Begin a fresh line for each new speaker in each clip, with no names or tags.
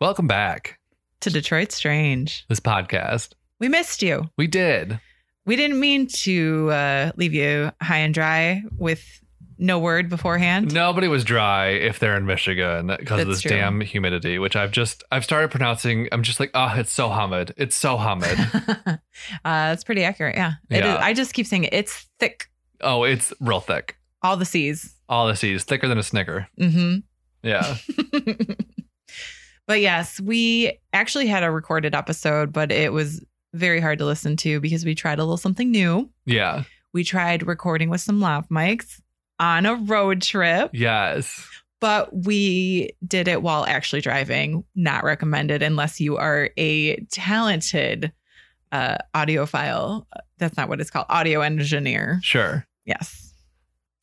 Welcome back
to Detroit Strange.
this podcast.
We missed you.
We did.
We didn't mean to uh, leave you high and dry with no word beforehand.
Nobody was dry if they're in Michigan because of
That's
this
true.
damn humidity, which I've just I've started pronouncing. I'm just like, oh, it's so humid. It's so humid.
uh, that's pretty accurate. Yeah. It is-
Yeah.
I just keep saying it. It's thick.
oh, it's real thick.
All the C's.
All the C's thicker than a Snicker.
hmm
Yeah.
but yes, we actually had a recorded episode, but it was very hard to listen to because we tried a little something new.
yeah.
We tried recording with some lav mics on a road trip.
Yes.
but we did it while actually driving. Not recommended unless you are a talented uh, audiophile. That's not what it's called. Audio engineer.
Sure.
Yes.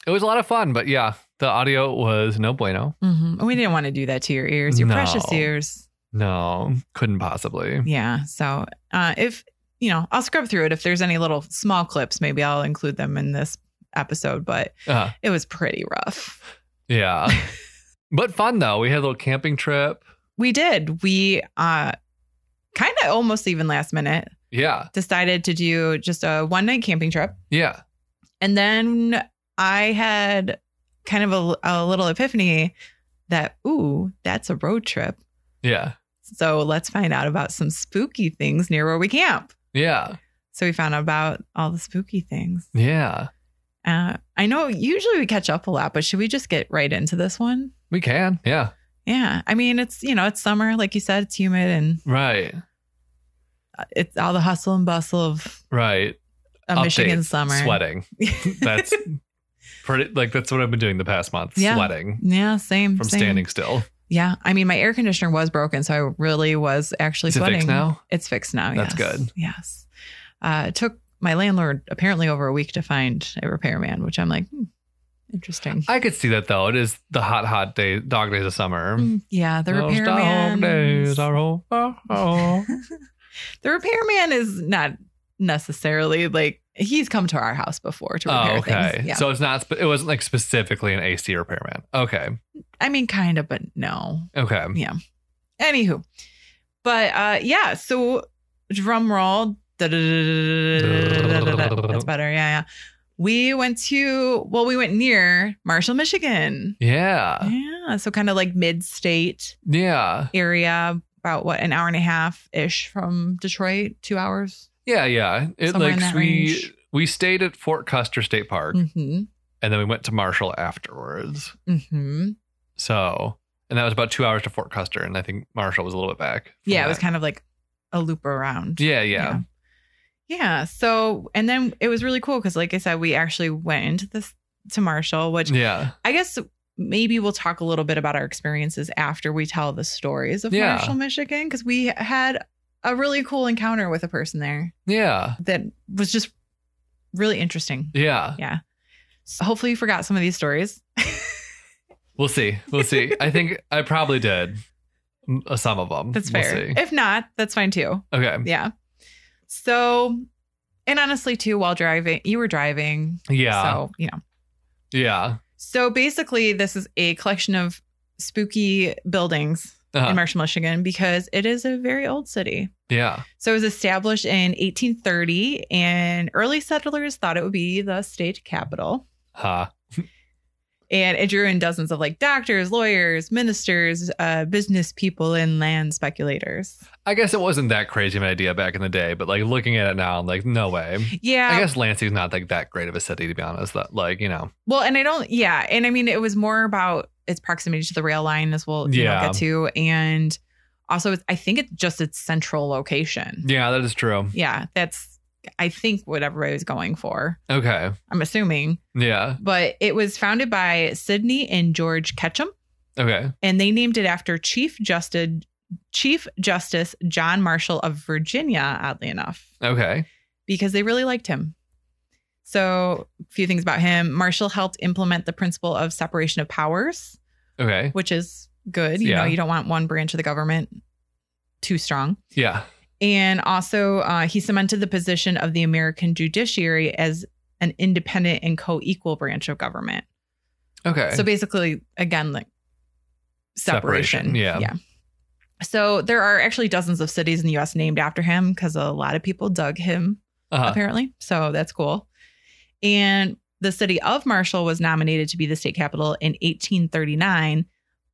It was a lot of fun, but yeah, the audio was no bueno.
hmm We didn't want to do that to your ears, your
No.
precious ears.
No, couldn't possibly.
Yeah. So uh, if, you know, I'll scrub through it. If there's any little small clips, maybe I'll include them in this episode, but
Uh,
it was pretty rough.
yeah. but fun though. We had a little camping trip.
We did. We uh, kind of almost even last minute
Yeah.
decided to do just a one night camping trip.
Yeah.
And then I had kind of a, a little epiphany that, ooh, that's a road trip.
Yeah.
So let's find out about some spooky things near where we camp.
Yeah.
So we found out about all the spooky things.
Yeah.
Uh, I know usually we catch up a lot, but should we just get right into this one?
We can. Yeah.
Yeah. I mean, it's, you know, it's summer. Like you said, it's humid and uh,
Right.
it's all the hustle and bustle of
Right.
a Michigan
Updates.
summer.
Sweating. That's pretty like that's what I've been doing the past month.
Yeah.
Sweating
yeah, same.
from
same.
standing still.
Yeah, I mean, my air conditioner was broken, so I really was actually
Is it
sweating.
fixed now?
It's fixed now.
That's
yes.
good.
Yes. Uh, it took my landlord apparently over a week to find a repairman, which I'm like, hmm, interesting.
I could see that though. It is the hot, hot day dog days of summer.
Mm, yeah, the
Those
repairman.
dog days are all- oh, oh.
The repairman is not necessarily like he's come to our house before to repair
Oh, okay.
things. Yeah,
So it's not. sp- It wasn't like specifically an AC repairman. Okay.
I mean, kind of, but no.
Okay.
Anywho, but uh, yeah, so drum roll. That's better. Yeah, yeah. We went to, well, we went near Marshall, Michigan.
Yeah.
Yeah. So kind of like mid state
Yeah.
area, about what, an hour and a half ish from Detroit, two hours.
Yeah. Yeah. It
Somewhere in
like
that range.
we we stayed at Fort Custer State Park
Mm
and then we went to Marshall afterwards.
hmm. Mm hmm.
So and that was about two hours to Fort Custer, and I think Marshall was a little bit back. from
Yeah. It was
that.
kind of like a loop around.
Yeah, yeah,
Yeah. So, and then it was really cool because, like I said, we actually went into this to Marshall, which
yeah,
I guess maybe we'll talk a little bit about our experiences after we tell the stories of
Yeah.
Marshall, Michigan, because we had a really cool encounter with a person there
yeah,
that was just really interesting.
yeah.
So hopefully, you forgot some of these stories.
We'll see. We'll see. I think I probably did m- uh, some of them.
That's
We'll
fair.
see.
if not, that's fine too.
Okay.
Yeah. So, and honestly, too, while driving, you were driving.
Yeah.
So, you know.
Yeah.
So basically, this is a collection of spooky buildings
Uh-huh.
in Marshall, Michigan, because it is a very old city.
yeah.
So it was established in 1830, and early settlers thought it would be the state capital.
Huh.
And it drew in dozens of like doctors, lawyers, ministers, uh, business people, and land speculators.
I guess it wasn't that crazy of an idea back in the day, but like looking at it now, I'm like, no way.
Yeah.
I guess Lansing's not like that great of a city to be honest. That like you know.
well, and I don't, yeah. And I mean, it was more about its proximity to the rail line, as we'll you know,
Yeah.
get to. And also, it's, I think it's just its central location.
Yeah, that is true.
yeah. That's, I think, what everybody was going for.
Okay.
I'm assuming.
Yeah.
But it was founded by Sidney and George Ketchum.
Okay.
and they named it after Chief Justice Chief Justice John Marshall of Virginia, oddly enough,
Okay.
because they really liked him. So, a few things about him. Marshall helped implement the principle of separation of powers,
Okay.
which is good. You know,
Yeah.
you don't want one branch of the government too strong.
Yeah.
And also, uh, he cemented the position of the American judiciary as an independent and co equal branch of government.
Okay.
So basically, again, like separation.
Separation, yeah.
Yeah. So there are actually dozens of cities in the US named after him because a lot of people dug him
Uh-huh.
apparently. So that's cool. And the city of Marshall was nominated to be the state capital in 1839,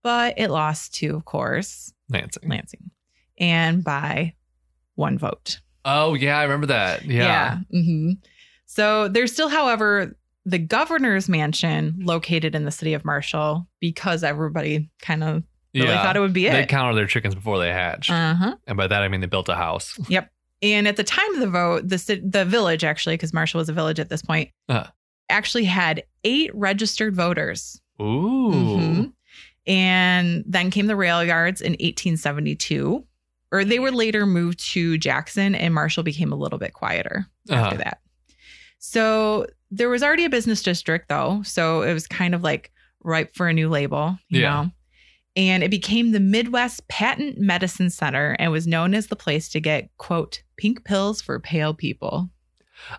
but it lost to, of course,
Lansing.
Lansing, and by one vote.
Oh yeah, I remember that. Yeah.
hmm So there's still, however, the governor's mansion located in the city of Marshall because everybody kind of really
Yeah.
thought it would be
they
it.
counted their chickens before they hatched,
uh huh.
and by that I mean they built a house.
And at the time of the vote, the ci- the village actually, because Marshall was a village at this point,
Uh.
actually had eight registered voters.
Ooh. Uh-huh.
Mhm. And then came the rail yards in 1872, or they were later moved to Jackson, and Marshall became a little bit quieter
Uh-huh.
after that. So there was already a business district, though, so it was kind of like ripe for a new label, you
Yeah.
know. And it became the Midwest Patent Medicine Center and was known as the place to get, quote, pink pills for pale people.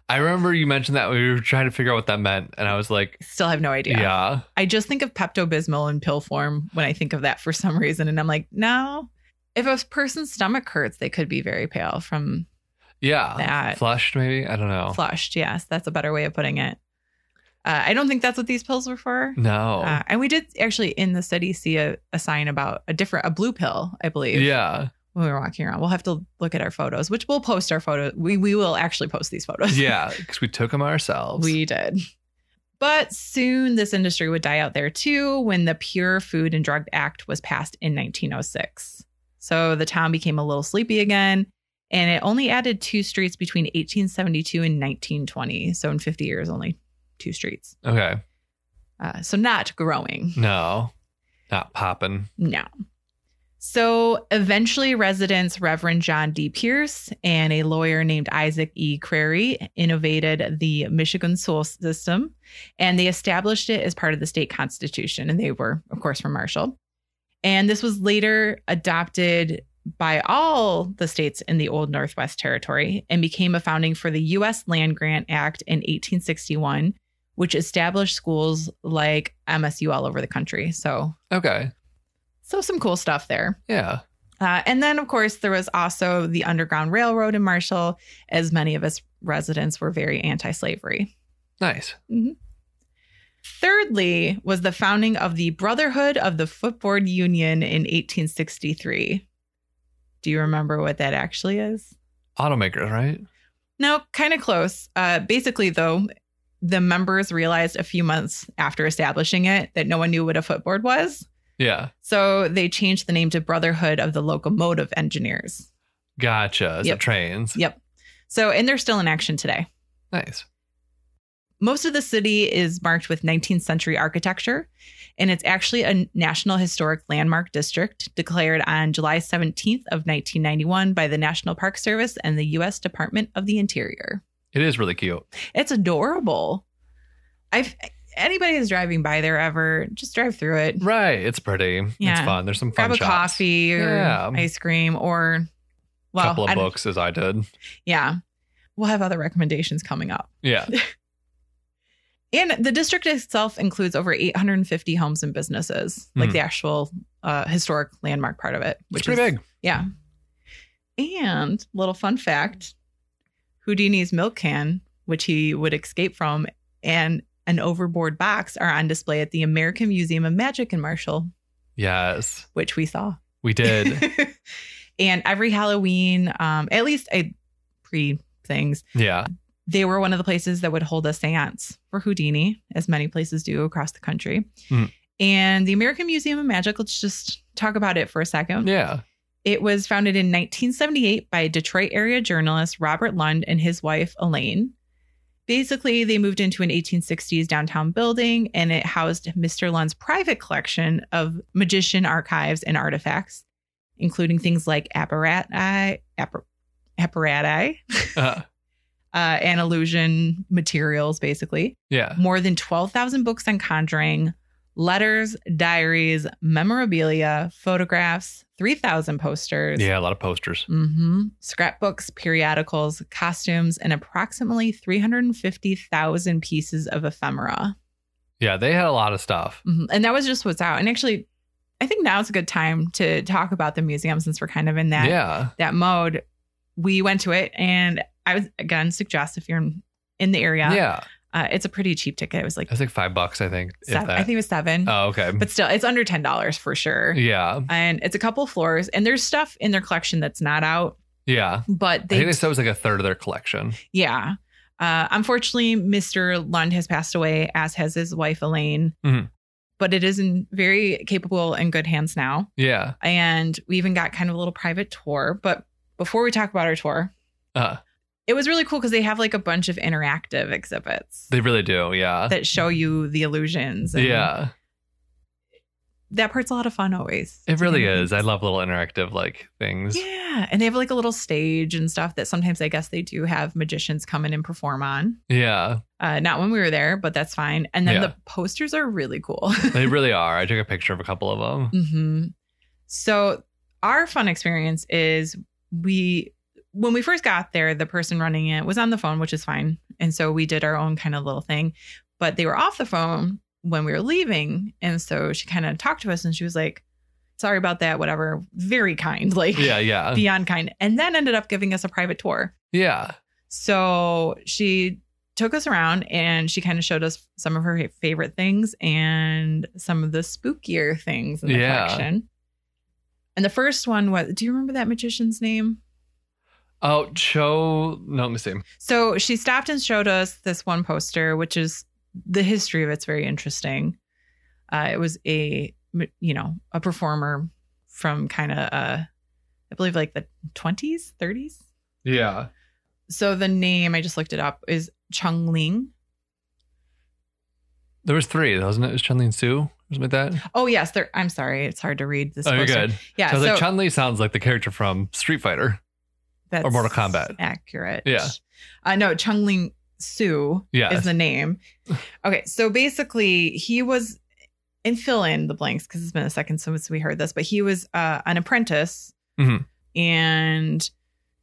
I remember you mentioned that we were trying to figure out what that meant, and I was like,
Still have no idea.
yeah,
I just think of Pepto Bismol in pill form when I think of that for some reason. And I'm like, no. If a person's stomach hurts, they could be very pale from
yeah,
That.
flushed maybe. I don't know.
flushed. Yes, that's a better way of putting it. Uh, I don't think that's what these pills were for.
no.
Uh, and we did actually in the city see a, a sign about a different, a blue pill, I believe,
yeah,
when we were walking around. We'll have to look at our photos, which we'll post our photos. We, we will actually post these photos.
yeah, because we took them ourselves.
We did. But soon this industry would die out there too when the Pure Food and Drug Act was passed in 1906. So the town became a little sleepy again, and it only added two streets between 1872 and 1920. So in 50 years, only two streets.
okay,
Uh, so not growing.
no, not popping.
No. So eventually, residents Reverend John D. Pierce and a lawyer named Isaac E. Crary innovated the Michigan school system and they established it as part of the state constitution. And they were, of course, from Marshall. And this was later adopted by all the states in the old Northwest Territory and became a founding for the U.S. Land Grant Act in 1861, which established schools like MSU all over the country. So
Okay,
so some cool stuff there.
yeah,
Uh, and then, of course, there was also the Underground Railroad in Marshall, as many of its residents were very anti slavery.
nice.
Thirdly, was the founding of the Brotherhood of the Footboard Union in 1863. Do you remember what that actually is?
Automakers, right?
No, kind of close. Uh, basically, though, the members realized a few months after establishing it that no one knew what a footboard was.
Yeah,
So they changed the name to Brotherhood of the Locomotive Engineers.
gotcha. So
Yep.
trains,
Yep. So, and they're still in action today.
nice.
Most of the city is marked with 19th century architecture, and it's actually a National Historic Landmark District declared on July 17th of 1991 by the National Park Service and the U.S. Department of the Interior.
It is really cute.
It's adorable. I've anybody who's driving by there ever just drive through it,
Right, it's pretty. It's
Yeah.
fun. There's some fun
grab a
shops.
coffee or
Yeah.
ice cream or well,
couple
I
of
don't-
books as I did.
Yeah, we'll have other recommendations coming up.
Yeah.
And the district itself includes over 850 homes and businesses, like
Hmm.
the actual uh, historic landmark part of it, which
it's pretty
is
big.
yeah. And little fun fact: Houdini's milk can, which he would escape from, and an overboard box are on display at the American Museum of Magic in Marshall,
Yes,
which we saw.
we did.
and every Halloween, um, at least I pre things,
yeah.
they were one of the places that would hold a seance for Houdini, as many places do across the country.
Mm.
And the American Museum of Magic, let's just talk about it for a second.
Yeah.
It was founded in 1978 by Detroit area journalist Robert Lund and his wife, Elaine. Basically, they moved into an 1860s downtown building and it housed Mr. Lund's private collection of magician archives and artifacts, including things like apparati, appar- apparati,
Uh,
uh, and illusion materials, basically.
yeah.
More than 12,000 books on conjuring, letters, diaries, memorabilia, photographs, 3,000 posters,
Yeah. A lot of posters.
hmm scrapbooks, periodicals, costumes, and approximately 350,000 pieces of ephemera. Mm-hmm.
Yeah. They had a lot of stuff.
Mhm. And that was just what's out. And actually, I think now's a good time to talk about the museum since we're kind of in that
yeah.
that mode. We went to it, and I was again suggest if you're in, in the area,
Yeah.
uh, it's a pretty cheap ticket. It was like
That's like five bucks, I think. if
seven,
that.
I think it was seven,
oh, okay.
but still, it's under ten dollars for sure.
yeah.
And it's a couple floors, and there's stuff in their collection that's not out,
Yeah.
but
I think
they
they said it was like a third of their collection.
Yeah. Uh, unfortunately, Mr. Lund has passed away, as has his wife, Elaine.
Mhm.
But it is in very capable and good hands now.
Yeah.
And we even got kind of a little private tour. But before we talk about our tour,
Uh,
it was really cool because they have like a bunch of interactive exhibits
they really do. Yeah.
that show you the illusions. and
Yeah.
That part's a lot of fun always.
It really is. I love little interactive like things.
Yeah. And they have like a little stage and stuff that sometimes I guess they do have magicians come in and perform on.
Yeah.
Uh, not when we were there, but that's fine. And then
Yeah.
the posters are really cool.
They really are. I took a picture of a couple of them.
hmm So our fun experience is we when we first got there, the person running it was on the phone, which is fine, and so we did our own kind of little thing. But they were off the phone when we were leaving, and so she kind of talked to us, and she was like, "Sorry about that, whatever." Very kind, like
Yeah. Yeah.
beyond kind, and then ended up giving us a private tour.
Yeah.
So she took us around and she kind of showed us some of her favorite things and some of the spookier things in the
Yeah.
collection. And the first one was do you remember that magician's name?
Oh, Cho. No, let me see.
So she stopped and showed us this one poster, which is the history of it's very interesting. Uh, it was a you know a performer from kind of uh, I believe like the 20s, 30s.
Yeah.
So the name I just looked it up is Chung Ling.
There was three, wasn't it? It was Chun Li and Sue or something like that.
Oh yes, there. I'm sorry, it's hard to read this.
oh, you're
poster.
good.
Yeah,
so I was
so
like, Chun Li sounds like the character from Street Fighter.
that's
or Mortal Kombat.
Accurate.
Yeah.
Uh, no, Chung Ling Su
Yeah.
is the name. Okay, so basically, he was and fill in the blanks because it's been a second since we heard this, but he was uh, an apprentice
Mhm.
and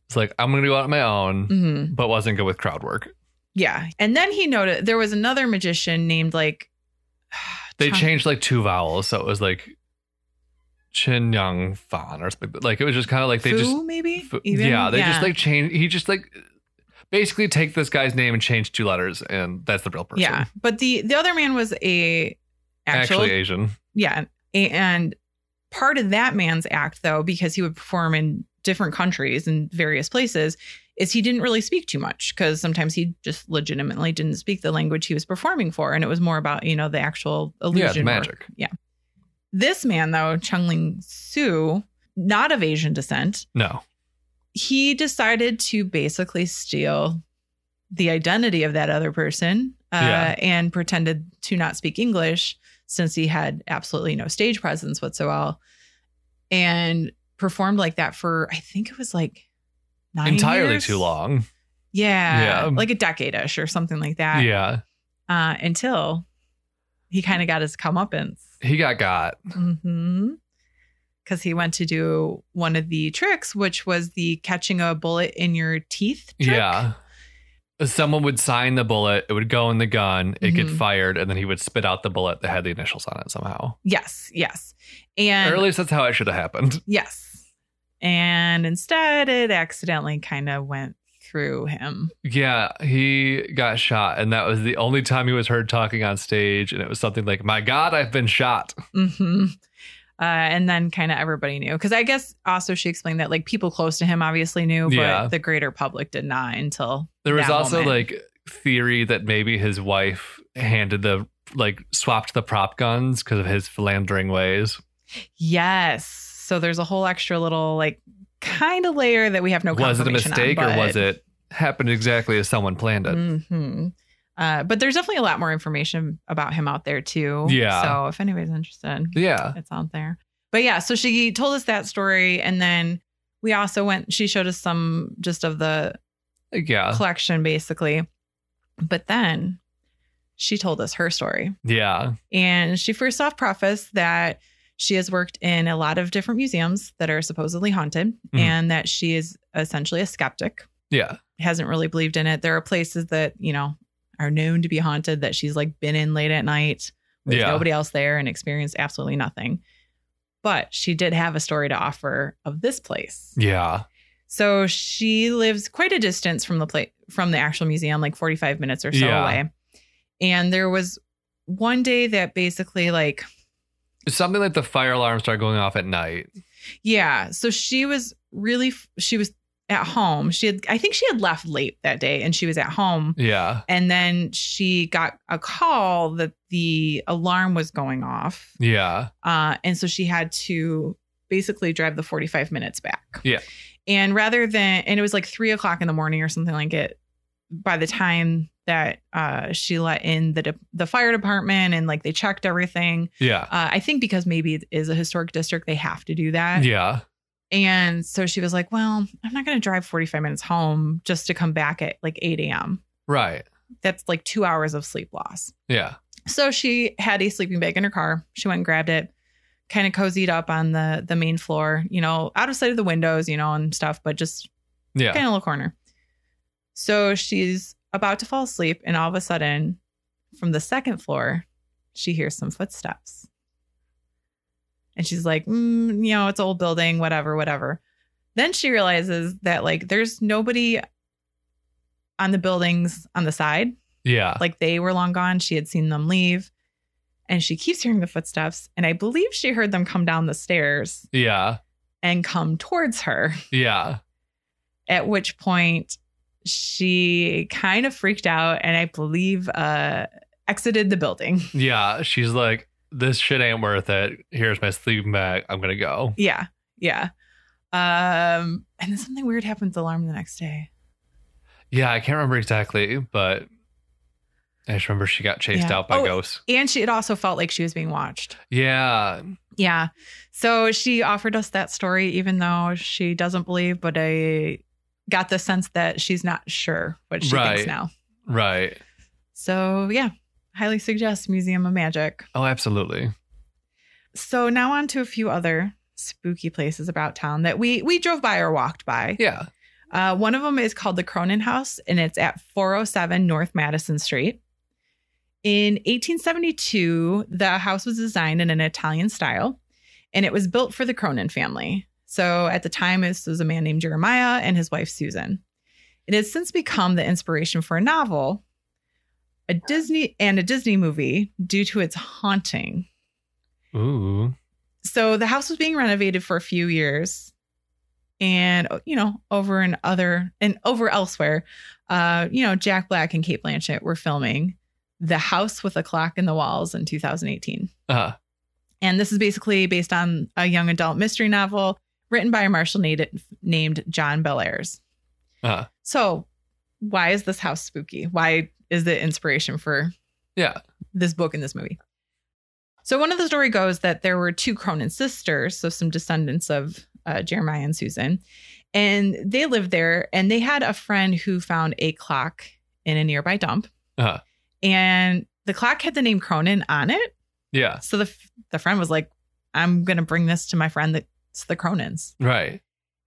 It's like, I'm going to go out on my own,
mhm,
but wasn't good with crowd work.
yeah, and then he noted there was another magician named like
They
Chung-
changed like two vowels. So it was like Chin Young Fan or something. Like it was just kind of like they
Fu,
just.
maybe
Fu-
Even?
Yeah. They just like change. He just like basically take this guy's name and change two letters, and that's the real person.
yeah, but the the other man was a actual
Actually, Asian.
Yeah. And part of that man's act, though, because he would perform in different countries and various places, is he didn't really speak too much because sometimes he just legitimately didn't speak the language he was performing for. And it was more about, you know, the actual illusion.
Yeah. It's
work.
magic.
This man, though, Chung Ling Su, not of Asian descent,
No.
he decided to basically steal the identity of that other person uh,
Yeah.
and pretended to not speak English since he had absolutely no stage presence whatsoever and performed like that for, I think it was like nine
Entirely
years?
too long.
Yeah,
Yeah. Um,
Like a decade ish or something like that.
yeah.
Uh, until he kind of got his comeuppance.
He got got.
Mm-hmm. Because he went to do one of the tricks, which was the catching a bullet in your teeth trick.
Yeah. Someone would sign the bullet, it would go in the gun, it'd get
Mhm.
fired, and then he would spit out the bullet that had the initials on it somehow.
Yes, yes. And
or at least that's how it should have happened.
yes. And instead it accidentally kind of went through him.
Yeah, he got shot, and that was the only time he was heard talking on stage, and it was something like, My God, I've been shot.
hmm Uh, and then kind of everybody knew. Because I guess also she explained that like people close to him obviously knew, but
Yeah.
the greater public did not until
There was
that
also
moment.
like theory that maybe his wife handed the like swapped the prop guns because of his philandering ways.
Yes. So there's a whole extra little like kind of layer that we have no
was it a
confirmation on,
mistake or
but-
was it happened exactly as someone planned it?
Mhm. Uh, but there's definitely a lot more information about him out there too.
Yeah.
So if anybody's interested,
Yeah.
it's out there. But yeah, so she told us that story, and then we also went. She showed us some just of the
Yeah.
collection, basically. But then she told us her story,
Yeah.
and she first off prefaced that she has worked in a lot of different museums that are supposedly haunted,
Mhm.
and that she is essentially a skeptic
Yeah.
hasn't really believed in it. There are places that, you know, are known to be haunted that she's like been in late at night with
Yeah.
nobody else there and experienced absolutely nothing. But she did have a story to offer of this place.
Yeah.
So she lives quite a distance from the place from the actual museum, like 45 minutes or so
Yeah.
away. And there was one day that basically like
Something like the fire alarm started going off at night.
Yeah. So she was really, she was at home. She had, I think she had left late that day and she was at home.
Yeah.
And then she got a call that the alarm was going off.
Yeah.
Uh, and so she had to basically drive the 45 minutes back.
Yeah.
And rather than, and it was like three o'clock in the morning or something like it by the time that uh, she let in the, de- the fire department and like they checked everything.
Yeah.
Uh, I think because maybe it is a historic district, they have to do that.
Yeah.
And so she was like, Well, I'm not going to drive 45 minutes home just to come back at like 8 a.m.
Right.
That's like two hours of sleep loss.
Yeah.
So she had a sleeping bag in her car. She went and grabbed it, kind of cozied up on the, the main floor, you know, out of sight of the windows, you know, and stuff, but just
Yeah.
kind of a little corner. So she's about to fall asleep. And all of a sudden, from the second floor, she hears some footsteps. And she's like, mm, you know, it's old building, whatever, whatever. Then she realizes that like there's nobody on the buildings on the side.
Yeah.
Like they were long gone. She had seen them leave. And she keeps hearing the footsteps. And I believe she heard them come down the stairs
Yeah.
and come towards her.
Yeah.
at which point she kind of freaked out and I believe uh, exited the building.
Yeah. She's like, this shit ain't worth it. Here's my sleeping bag. I'm going to go.
Yeah, yeah. Um, and then something weird happened to the alarm the next day.
Yeah. I can't remember exactly, but I just remember she got chased
Yeah.
out by
Oh,
ghosts.
And she had also felt like she was being watched.
Yeah.
Yeah. So she offered us that story, even though she doesn't believe, but I got the sense that she's not sure what she
Right.
thinks now.
Right.
So, yeah, highly suggest Museum of Magic.
Oh, absolutely.
So now on to a few other spooky places about town that we we drove by or walked by.
Yeah.
Uh, one of them is called the Cronin House, and it's at 407 North Madison Street. In 1872, the house was designed in an Italian style, and it was built for the Cronin family. So at the time, this was a man named Jeremiah and his wife Susan. It has since become the inspiration for a novel, a Disney and a Disney movie due to its haunting
Ooh.
so the house was being renovated for a few years and oh, you know over and other and over elsewhere uh you know jack black and kate blanchett were filming the house with a clock in the walls in 2018
Uh,
and this is basically based on a young adult mystery novel written by a marshall native named john bellairs
Uh-huh.
so why is this house spooky why is the inspiration for
yeah.
this book and this movie. So one of the story goes that there were two Cronin sisters, so some descendants of uh, Jeremiah and Susan, and they lived there. And they had a friend who found a clock in a nearby dump,
Uh-huh.
and the clock had the name Cronin on it.
Yeah.
So the f- the friend was like, "I'm gonna bring this to my friend that's the Cronins,"
Right.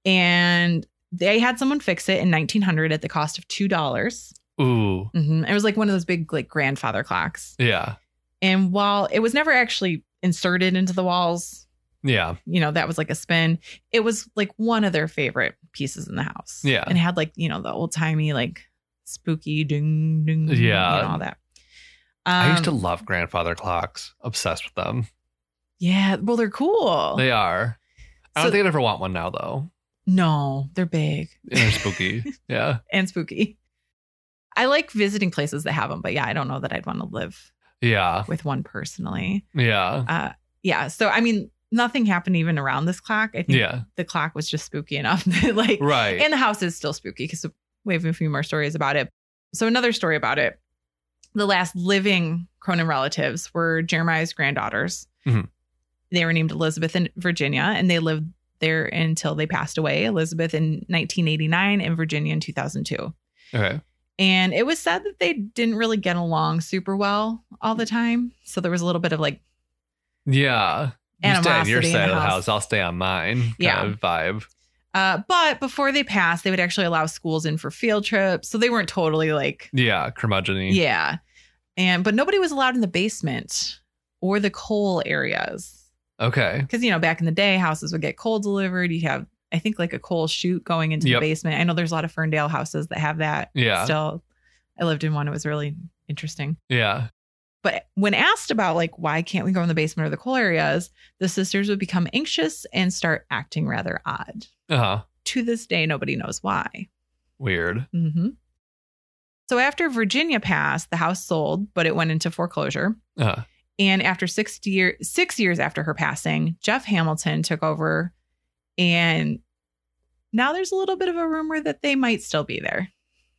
and they had someone fix it in 1900 at the cost of two dollars.
Ooh.
hmm It was like one of those big like grandfather clocks.
Yeah.
And while it was never actually inserted into the walls,
Yeah.
you know, that was like a spin, it was like one of their favorite pieces in the house.
Yeah.
And it had like, you know, the old timey, like spooky ding ding.
Yeah.
And all that.
I used to
Um,
love grandfather clocks. Obsessed with them.
Yeah. Well, they're cool.
They are. I
So-
don't think I'd ever want one now though.
no, they're big
They're spooky. yeah.
and spooky. I like visiting places that have them, but yeah, I don't know that I'd want to live
Yeah.
with one personally.
Yeah.
Uh, yeah. So, I mean, nothing happened even around this clock. I think
Yeah.
the clock was just spooky enough that, like,
Right.
And the house is still spooky because we have a few more stories about it. So, another story about it the last living Cronin relatives were Jeremiah's granddaughters.
Mhm.
They were named Elizabeth and Virginia, and they lived there until they passed away Elizabeth in 1989 and Virginia in 2002.
okay.
And it was said that they didn't really get along super well all the time. So, there was a little bit of like,
Yeah. You stay on your
Animosity in
side
the
of the
house.
house. I'll stay on mine. kind
Yeah.
of vibe.
uh, but before they passed, they would actually allow schools in for field trips. So, they weren't totally like
Yeah. Curmudgeon.
Yeah. And but nobody was allowed in the basement or the coal areas.
Okay.
Because, you know, back in the day, houses would get coal delivered. You have, I think, like a coal chute going into
Yep.
the basement. I know there's a lot of Ferndale houses that have that
Yeah.
still. I lived in one. It was really interesting.
Yeah.
But when asked about, like, why can't we go in the basement or the coal areas, the sisters would become anxious and start acting rather odd.
Uh huh.
To this day, nobody knows why.
Weird.
hmm So after Virginia passed, the house sold, but it went into foreclosure.
Uh,
And after six year, six years after her passing, Jeff Hamilton took over, and now there's a little bit of a rumor that they might still be there.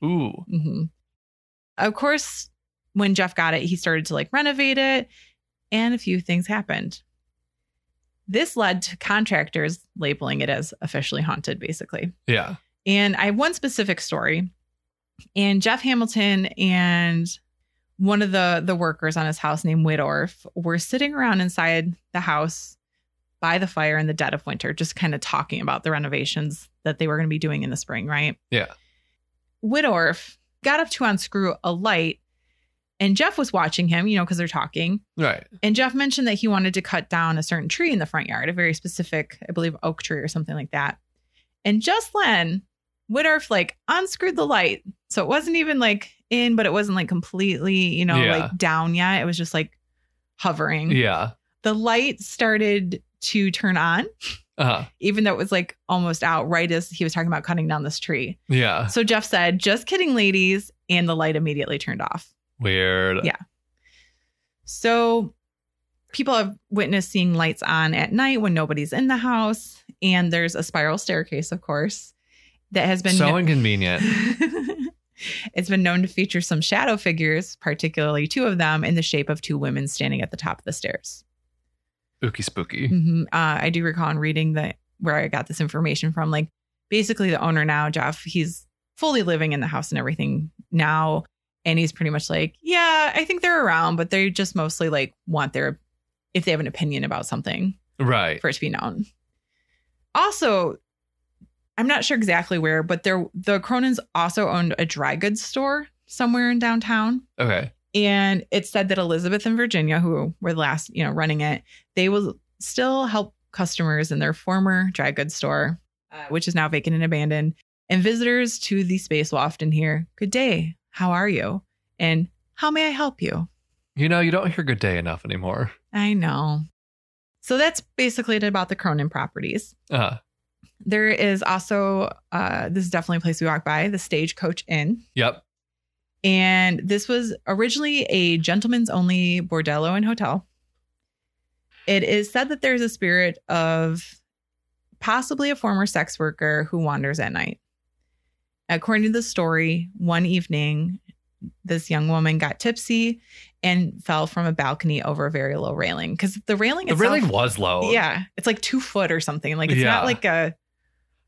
ooh.
hmm Of course, when Jeff got it, he started to like renovate it, and a few things happened. This led to contractors labeling it as officially haunted, basically.
Yeah.
And I have one specific story. And Jeff Hamilton and one of the the workers on his house named Widorf were sitting around inside the house by the fire in the dead of winter, just kind of talking about the renovations that they were going to be doing in the spring, right?
Yeah.
Widorf got up to unscrew a light, and Jeff was watching him, you know, because they're talking.
Right.
And Jeff mentioned that he wanted to cut down a certain tree in the front yard, a very specific, I believe, oak tree or something like that. And just then, Widorf like unscrewed the light. So it wasn't even like in, but it wasn't like completely, you know,
Yeah.
like down yet. It was just like hovering.
Yeah.
The light started to turn on,
Uh huh.
even though it was like almost out right as he was talking about cutting down this tree.
Yeah.
So Jeff said, just kidding, ladies. And the light immediately turned off.
Weird.
Yeah. So people have witnessed seeing lights on at night when nobody's in the house. And there's a spiral staircase, of course, that has been
so inconvenient.
it's been known to feature some shadow figures, particularly two of them in the shape of two women standing at the top of the stairs.
Spooky, spooky.
Mhm. Uh, I do recall in reading that where I got this information from. Like basically, the owner now, Jeff, he's fully living in the house and everything now, and he's pretty much like, yeah, I think they're around, but they just mostly like want their if they have an opinion about something
Right.
for it to be known. Also, I'm not sure exactly where, but there the Cronins also owned a dry goods store somewhere in downtown.
Okay.
And it said that Elizabeth and Virginia, who were the last, you know, running it, they will still help customers in their former dry goods store, uh, which is now vacant and abandoned. And visitors to the space will often hear, Good day, how are you? And how may I help you?
You know, you don't hear good day enough anymore.
I know. So that's basically it about the Cronin properties.
Uh,
There is also, uh, this is definitely a place we walk by, the Stagecoach Inn.
yep.
And this was originally a gentleman's only bordello and hotel. It is said that there's a spirit of possibly a former sex worker who wanders at night. According to the story, one evening, this young woman got tipsy and fell from a balcony over a very low railing because the railing
The
itself,
railing was low.
yeah, it's like two foot or something. Like it's
Yeah.
not like a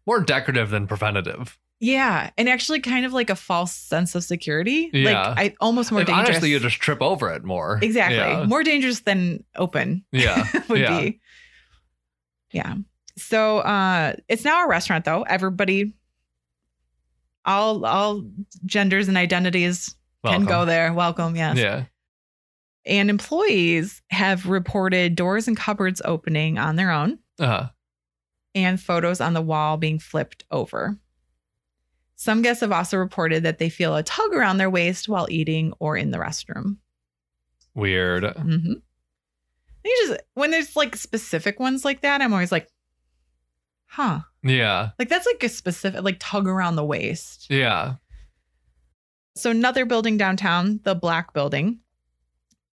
More decorative than preventative.
yeah, and actually kind of like a false sense of security.
Yeah.
Like I almost more
If
dangerous.
honestly, you just trip over it more.
Exactly.
Yeah.
More dangerous than open
Yeah.
would
Yeah.
be. Yeah. So uh it's now a restaurant though. Everybody all all genders and identities
Welcome.
can go there. Welcome, yes.
Yeah.
And employees have reported doors and cupboards opening on their own
Uh,
and photos on the wall being flipped over. Some guests have also reported that they feel a tug around their waist while eating or in the restroom.
weird.
Mm-hmm. You just when there's like specific ones like that, I'm always like, huh.
Yeah.
Like that's like a specific like tug around the waist.
Yeah.
So another building downtown, the Black Building.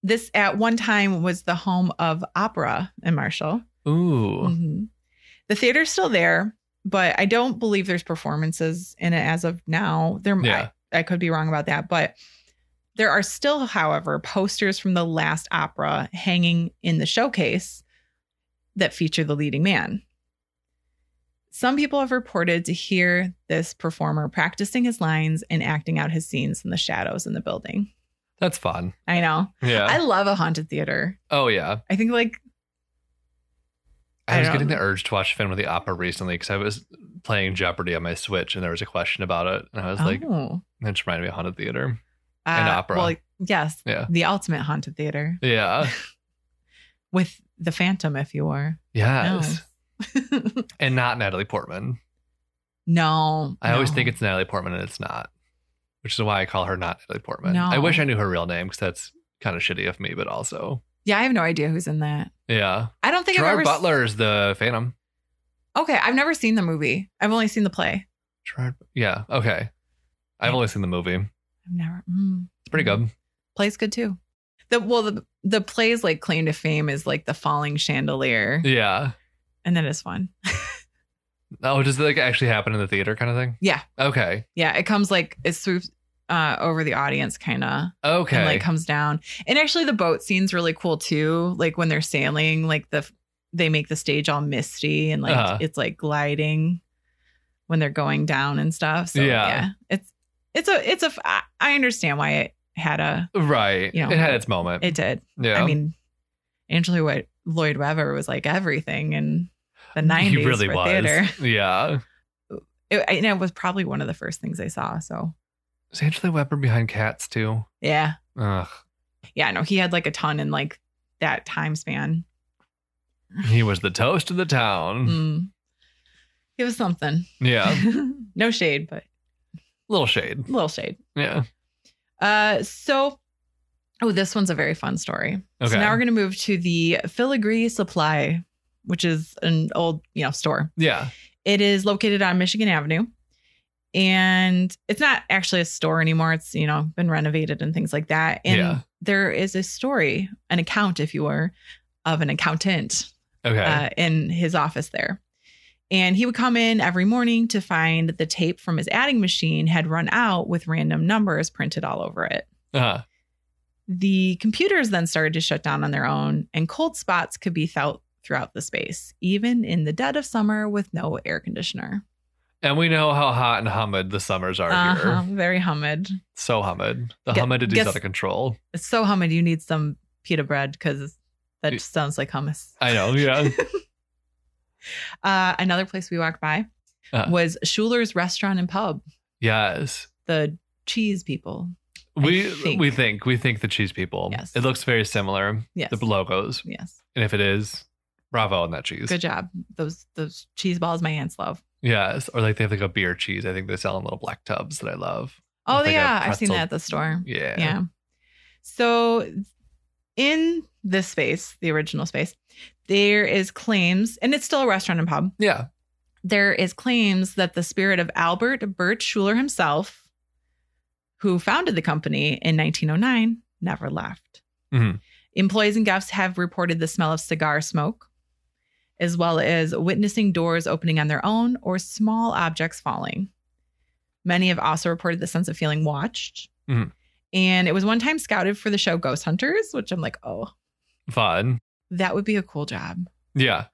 This at one time was the home of opera in Marshall.
Ooh.
Mhm. The theater's still there, but I don't believe there's performances in it as of now. There,
Yeah.
I, I could be wrong about that, but there are still, however, posters from the last opera hanging in the showcase that feature the leading man. Some people have reported to hear this performer practicing his lines and acting out his scenes in the shadows in the building.
That's fun.
I know.
Yeah.
I love a haunted theater.
oh, yeah.
I think like
I
I
was
don't-
getting the urge to watch Phantom of the Opera recently because I was playing Jeopardy on my Switch and there was a question about it. And I was like,
oh,
that reminded me of Haunted Theater.
uh,
an opera.
Well, yes,
Yeah.
the ultimate haunted theater
Yeah.
with the Phantom if you were.
Yes.
Oh.
And not Natalie Portman.
no.
I always
no.
think it's Natalie Portman and it's not, which is why I call her not Natalie Portman.
No.
I wish I knew her real name because that's kind of shitty of me, but also,
Yeah, I have no idea who's in that.
yeah.
I don't think I've
Gerard
ever.
Butler is the Phantom.
Okay, I've never seen the movie. I've only seen the play.
Gerard, yeah. Okay. I've only seen the movie. It's
I've never. Mm.
pretty good.
Play's good too. The well, the the play's like claim to fame is like the falling chandelier,
Yeah.
and that is fun.
Oh, does it like actually happen in the theater kind of thing?
Yeah.
Okay.
Yeah, it comes like it swoops uh, over the audience, kind of.
Okay.
and like comes down. And actually, the boat scene's really cool too. Like when they're sailing, like the they make the stage all misty and like
Uh-huh.
it's like gliding when they're going down and stuff. So
Yeah.
yeah, it's it's a it's a f- I I understand why it had a
right.
you know,
it had its moment.
it did.
yeah.
I mean, Angela White, Lloyd Webber was like everything in the
he
nineties
really
for
was.
theater.
Yeah.
It, and it was probably one of the first things I saw. So
Is Angela Weber behind cats too?
yeah,
Ugh.
yeah, no, he had like a ton in like that time span.
He was the toast of the town.
Mm. It was something.
Yeah.
no shade, but
Little shade.
a little shade.
Yeah.
Uh, so, oh, this one's a very fun story.
Okay.
So now we're going to move to the Filigree Supply, which is an old, you know, store.
yeah.
It is located on Michigan Avenue. And it's not actually a store anymore. It's, you know, been renovated and things like that. And
Yeah.
there is a story, an account, if you were, of an accountant
Okay.
uh, in his office there. And he would come in every morning to find the tape from his adding machine had run out with random numbers printed all over it.
Uh-huh.
The computers then started to shut down on their own, and cold spots could be felt throughout the space, even in the dead of summer with no air conditioner.
And we know how hot and humid the summers are
Uh-huh,
here.
very humid.
So humid. The
Gu-
humidity is
guess-
out of control.
It's so humid, you need some pita bread because that
Y-
just sounds like hummus.
I know. Yeah.
Uh, another place we walked by
Uh.
was Schuler's Restaurant and Pub,
yes.
the cheese people.
We
think.
we think we think the cheese people.
Yes.
It looks very similar.
Yes.
The logos,
Yes.
and if it is, bravo on that cheese.
Good job. Those those cheese balls my aunts love.
Yes. Or like they have like a beer cheese. I think they sell in little black tubs that I love.
Oh
With, like, a
yeah, I've seen
pretzel-
that at the store.
Yeah.
Yeah. So in this space, the original space, there is claims, and it's still a restaurant and pub.
Yeah.
There is claims that the spirit of Albert Bert Schuler himself, who founded the company in 1909, never left.
Mhm.
Employees and guests have reported the smell of cigar smoke, as well as witnessing doors opening on their own or small objects falling. Many have also reported the sense of feeling watched.
Mhm.
And it was one time scouted for the show Ghost Hunters, which I'm like, oh,
Fun.
that would be a cool job.
Yeah.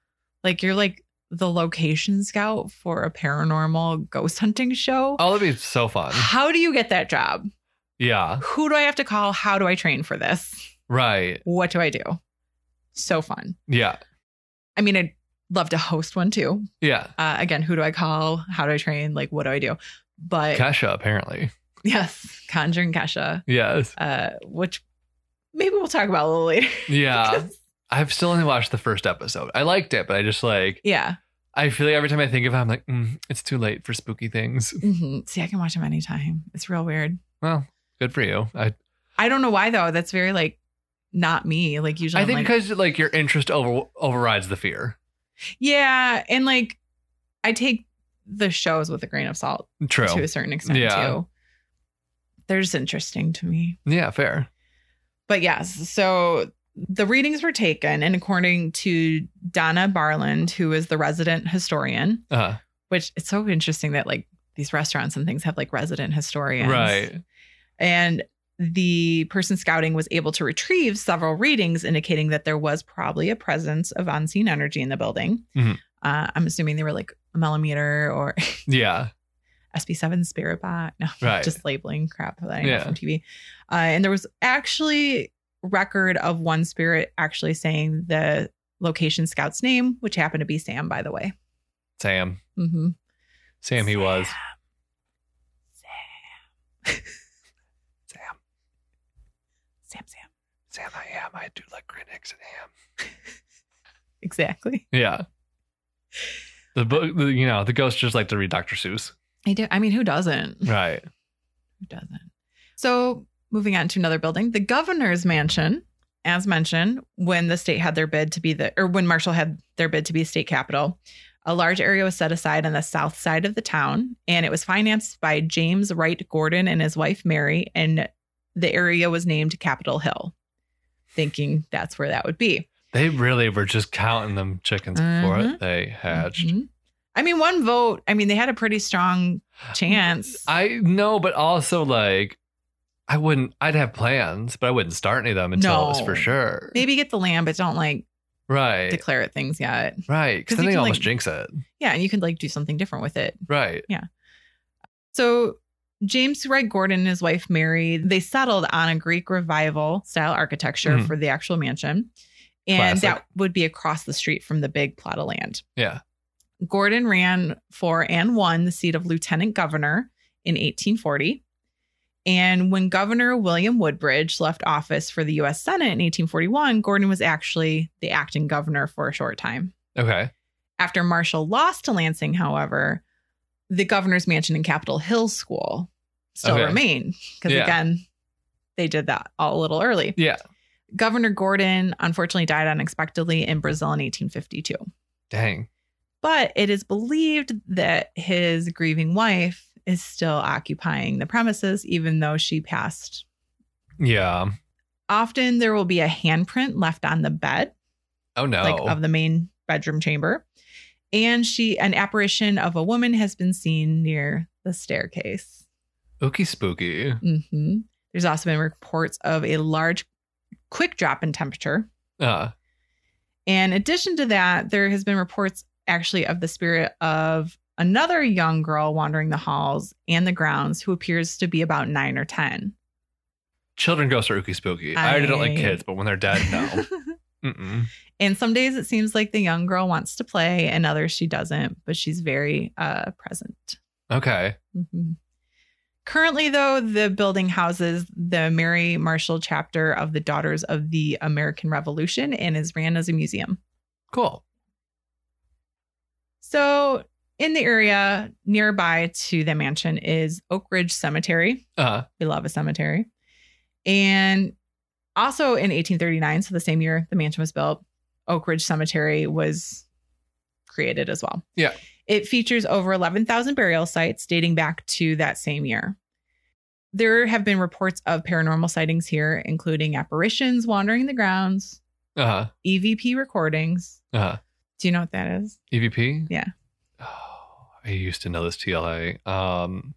Like, you're like the location scout for a paranormal ghost hunting show.
Oh, that'd be so fun.
How do you get that job?
Yeah.
Who do I have to call? How do I train for this?
Right.
What do I do? So fun.
Yeah.
I mean, I'd love to host one too.
Yeah.
Uh, again, who do I call? How do I train? Like, what do I do? But
Kesha, apparently.
yes, conjuring Kesha,
Yes.
uh, which maybe we'll talk about a little later.
Yeah.
Because-
I've still only watched the first episode. I liked it, but I just like,
yeah.
I feel like every time I think of it, I'm like, mm, it's too late for spooky things.
hmm See, I can watch them anytime. It's real weird.
Well, good for you. I,
I don't know why though. That's very like not me. Like usually,
I
I'm
think
like,
because like your interest over overrides the fear.
yeah, and like I take the shows with a grain of salt
True.
to a certain extent
Yeah.
too. They're just interesting to me.
Yeah, fair.
But yes, so the readings were taken, and according to Donna Barland, who is the resident historian,
Uh,
which it's so interesting that like these restaurants and things have like resident historians.
Right.
And the person scouting was able to retrieve several readings indicating that there was probably a presence of unseen energy in the building.
Mhm.
Uh, I'm assuming they were like a millimeter or
Yeah.
SB7 Spirit Bot. No,
Right.
just labeling crap that I know
Yeah.
from TV. Uh, and there was actually record of one spirit actually saying the location scout's name, which happened to be Sam, by the way.
Sam.
hmm
Sam, he was. Sam.
Sam, Sam.
Sam, I am. I do like green eggs and ham.
exactly.
Yeah. The book, the, you know, the ghosts just like to read Dr. Seuss.
I do. I mean, who doesn't?
Right.
Who doesn't? So, moving on to another building, the governor's mansion, as mentioned, when the state had their bid to be the, or when Marshall had their bid to be state capital, a large area was set aside on the south side of the town, and it was financed by James Wright Gordon and his wife Mary, and the area was named Capitol Hill, thinking that's where that would be.
They really were just counting them chickens before
Mhm.
they hatched.
Mhm. I mean, one vote, I mean, they had a pretty strong chance.
I know, but also like, I wouldn't, I'd have plans, but I wouldn't start any of them until it was
No.
for sure.
Maybe get the land, but don't like
Right.
declare it things yet.
right.
'Cause
Because then
you
they
can,
almost
like-
jinx it.
Yeah, and you can like do something different with it.
Right.
So James Wright Gordon and his wife Mary, they settled on a Greek revival style architecture
Mhm.
for the actual mansion. And
Classic.
that would be across the street from the big plot of land.
Yeah.
Gordon ran for and won the seat of lieutenant governor in 1840. And when Governor William Woodbridge left office for the US Senate in 1841, Gordon was actually the acting governor for a short time.
Okay.
After Marshall lost to Lansing, however, the governor's mansion and Capitol Hill School still
Okay.
remain because,
Yeah.
again, they did that all a little early.
Yeah.
Governor Gordon unfortunately died unexpectedly in Brazil in 1852
Dang.
but it is believed that his grieving wife is still occupying the premises, even though she passed.
Yeah.
Often there will be a handprint left on the bed,
Oh no.
like um, of the main bedroom chamber. And she, an apparition of a woman has been seen near the staircase.
Ookie spooky.
hmm There's also been reports of a large, quick drop in temperature.
Uh,
And in addition to that, there has been reports actually of the spirit of another young girl wandering the halls and the grounds who appears to be about nine or ten.
children ghosts are ookie spooky. I, already don't like
I-
kids, but when they're dead, Uh, no. Mm-mm.
and some days it seems like the young girl wants to play, and others she doesn't, but she's very uh, present.
Okay.
Mhm. Currently, though, the building houses the Mary Marshall chapter of the Daughters of the American Revolution and is ran as a museum.
Cool.
So, in the area nearby to the mansion is Oak Ridge Cemetery.
Uh,
We love a cemetery. And also in 1839, so the same year the mansion was built, Oak Ridge Cemetery was created as well.
Yeah.
It features over 11,000 burial sites dating back to that same year. There have been reports of paranormal sightings here, including apparitions wandering the grounds,
uh,
EVP recordings.
uh,
Do you know what that is?
EVP?
Yeah.
Oh, I used to know this TLA. Um,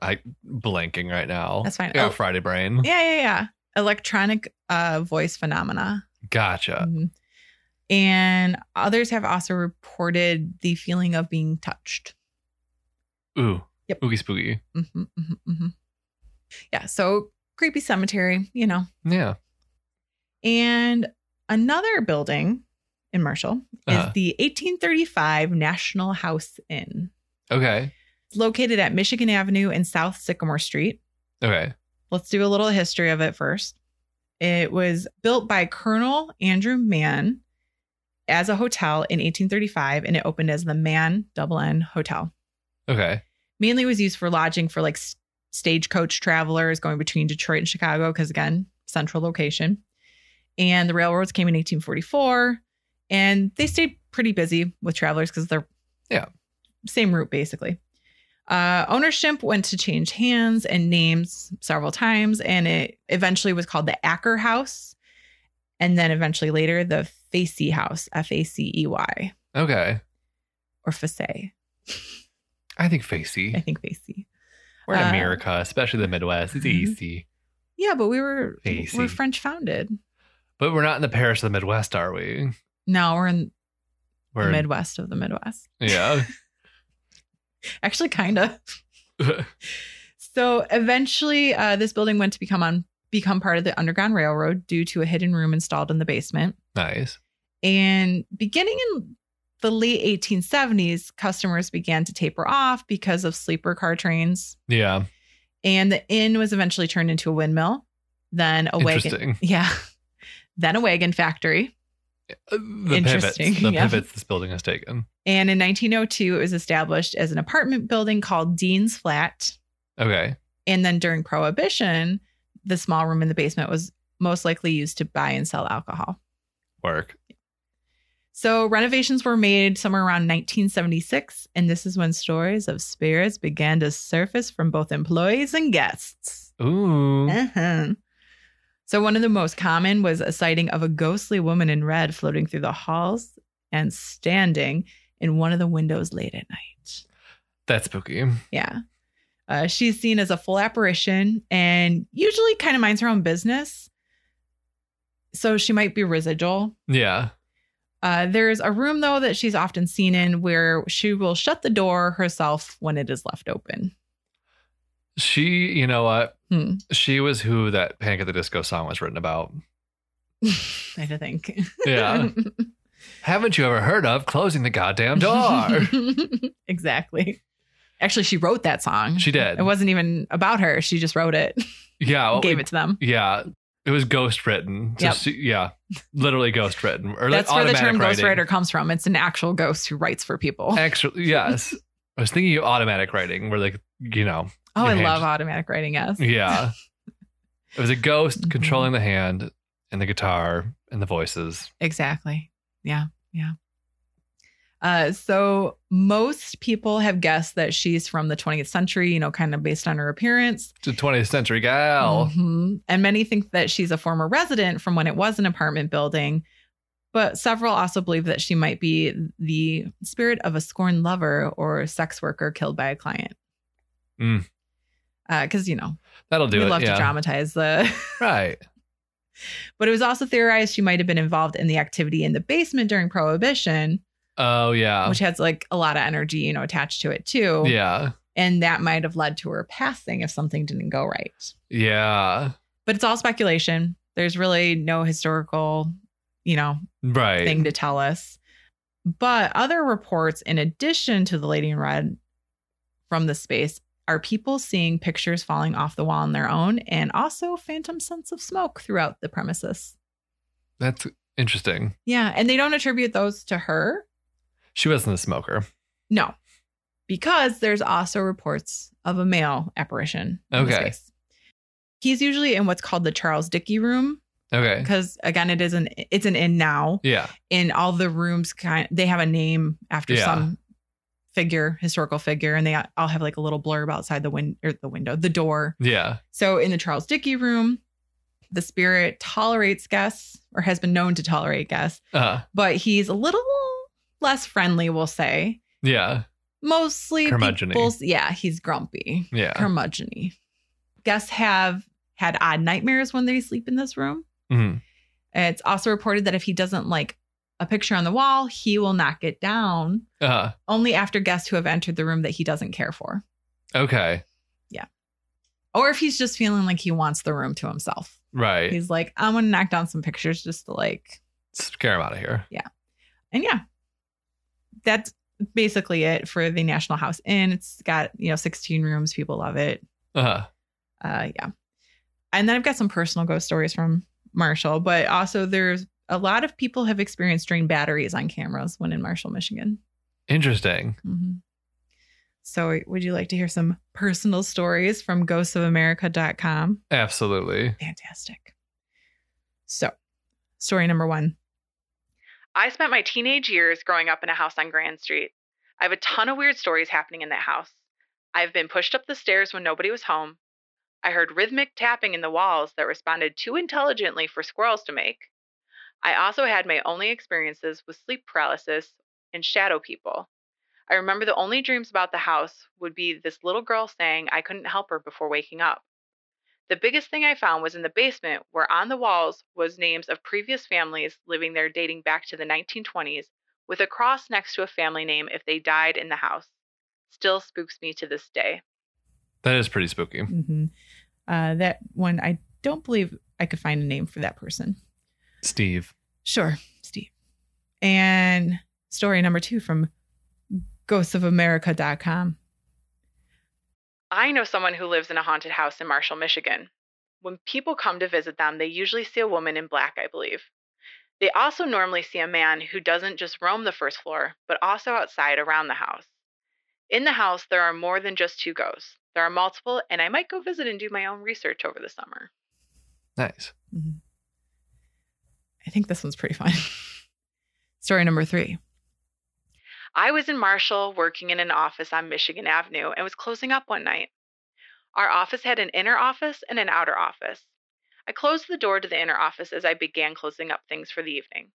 I blanking right now.
That's fine.
Yeah,
Oh.
Friday brain.
Yeah, yeah, yeah. Electronic uh, voice phenomena.
Gotcha.
Mhm. And others have also reported the feeling of being touched.
Ooh.
Mm. Yep.
Oogie spooky.
Mhm, mhm, mhm. Yeah, so creepy cemetery, you know.
Yeah.
And another building in Marshall is
Uh-huh.
the 1835 National House Inn,
Okay.
It's located at Michigan Avenue and South Sycamore Street.
Okay.
Let's do a little history of it first. It was built by Colonel Andrew Mann as a hotel in 1835, and it opened as the Mann Double N Hotel.
Okay.
Mainly was used for lodging for like s- stagecoach travelers going between Detroit and Chicago, because again, central location. And the railroads came in 1844, and they stayed pretty busy with travelers because they're
Yeah.
same route basically. Uh, ownership went to change hands and names several times, and it eventually was called the Acker House, and then eventually later the Facey House, F A C E Y,
Okay.
or Facey.
I think
I
facey.
think Facey.
We're in
Uh,
America, especially the Midwest. It's
Mhm.
easy.
Yeah, but we were
Facey.
we're French founded.
But we're not in the Paris of the Midwest, are we?
No, we're in
We're
the
in-
Midwest of the Midwest.
Yeah.
Actually, kind of. So eventually, uh, this building went to become on become part of the Underground Railroad due to a hidden room installed in the basement.
nice.
And beginning in the late 1870s, customers began to taper off because of sleeper car trains,
Yeah.
and the inn was eventually turned into a windmill, then a wagon.
Interesting.
Yeah. Then a wagon factory.
Uh, the
Interesting,
pivots, the
yeah.
pivots this building has taken.
And in 1902, it was established as an apartment building called Dean's Flat.
Okay.
And then during Prohibition, the small room in the basement was most likely used to buy and sell alcohol.
Work.
So renovations were made somewhere around 1976. And this is when stories of spirits began to surface from both employees and guests.
Ooh.
Uh-huh. So one of the most common was a sighting of a ghostly woman in red floating through the halls and standing in one of the windows late at night.
That's spooky.
Yeah. Uh, she's seen as a full apparition and usually kind of minds her own business. So she might be residual.
Yeah.
Uh, there's a room, though, that she's often seen in where she will shut the door herself when it is left open.
She, you know what?
Hmm.
She was who that Panic at the Disco song was written about.
I don't think.
Yeah. Haven't you ever heard of closing the goddamn door?
exactly. Actually, she wrote that song.
she did. Oh,
It wasn't even about her. She just wrote it,
yeah. well,
gave it to them.
Yeah. It was ghost written. So
Yep.
she- yeah. Literally ghost written. Or
That's
like
where the term
automatic writing.
ghostwriter comes from. It's an actual ghost who writes for people.
Actually, yes. I was thinking of automatic writing, where like you know,
Oh, I
hand-
love automatic writing. Yes.
yeah, it was a ghost
Mhm.
controlling the hand and the guitar and the voices.
Exactly. Yeah. Yeah. Uh, so most people have guessed that she's from the 20th century, you know, kind of based on her appearance.
It's a 20th century gal.
Mhm. And many think that she's a former resident from when it was an apartment building. But several also believe that she might be the spirit of a scorned lover or sex worker killed by a client.
Mm.
Because, you know,
That'll do
we
it.
love
yeah,
to dramatize the.
right.
but it was also theorized she might have been involved in the activity in the basement during Prohibition.
Oh yeah,
which has like a lot of energy, you know, attached to it too.
yeah,
And that might have led to her passing if something didn't go right.
yeah.
But it's all speculation. There's really no historical, you know,
Right.
thing to tell us. But other reports, in addition to the lady in red from the space, are people seeing pictures falling off the wall on their own and also phantom scents of smoke throughout the premises.
That's interesting.
Yeah. And they don't attribute those to her.
She wasn't a smoker.
No, because there's also reports of a male apparition. in the
Okay.
space. He's usually in what's called the Charles Dickey room
Okay.
because again, it is an it's an inn now.
Yeah.
In all the rooms, kind they have a name after
Yeah.
some figure, historical figure, and they all have like a little blurb outside the win or the window, the door.
Yeah.
So in the Charles Dickey room, the spirit tolerates guests or has been known to tolerate guests,
Uh.
but he's a little less friendly, we'll say
Yeah.
mostly
Curmudgeon-y.
people's yeah he's grumpy
Yeah.
curmudgeony guests have had odd nightmares when they sleep in this room
Mhm.
it's also reported that if he doesn't like a picture on the wall he will knock it down
Uh.
only after guests who have entered the room that he doesn't care for
Okay.
or if he's just feeling like he wants the room to himself
Right.
he's like i'm gonna knock down some pictures just to like
Scare him out of here.
and yeah that's basically it for the national house inn it's got you know 16 rooms people love it
Uh.
uh yeah and then i've got some personal ghost stories from marshall but also there's a lot of people have experienced drain batteries on cameras when in marshall michigan
Interesting.
Mhm. so would you like to hear some personal stories from ghostsofamerica.com
Absolutely.
Fantastic. So, story number one I spent my teenage years growing up in a house on Grand Street. I have a ton of weird stories happening in that house. I've been pushed up the stairs when nobody was home. I heard rhythmic tapping in the walls that responded too intelligently for squirrels to make. I also had my only experiences with sleep paralysis and shadow people. I remember the only dreams about the house would be this little girl saying I couldn't help her before waking up. The biggest thing I found was in the basement, where on the walls was names of previous families living there dating back to the 1920s, with a cross next to a family name if they died in the house. Still spooks me to this day.
That is pretty spooky.
Mm-hmm. Uh, that one, I don't believe I could find a name for that person.
Steve.
Sure, Steve. And story number two from ghostsofamerica.com. I know someone who lives in a haunted house in Marshall, Michigan. When people come to visit them, they usually see a woman in black, I believe. They also normally see a man who doesn't just roam the first floor, but also outside around the house. In the house, there are more than just two ghosts. There are multiple, and I might go visit and do my own research over the summer.
Nice.
I think this one's pretty fun. Story number three. I was in Marshall working in an office on Michigan Avenue and was closing up one night. Our office had an inner office and an outer office. I closed the door to the inner office as I began closing up things for the evening.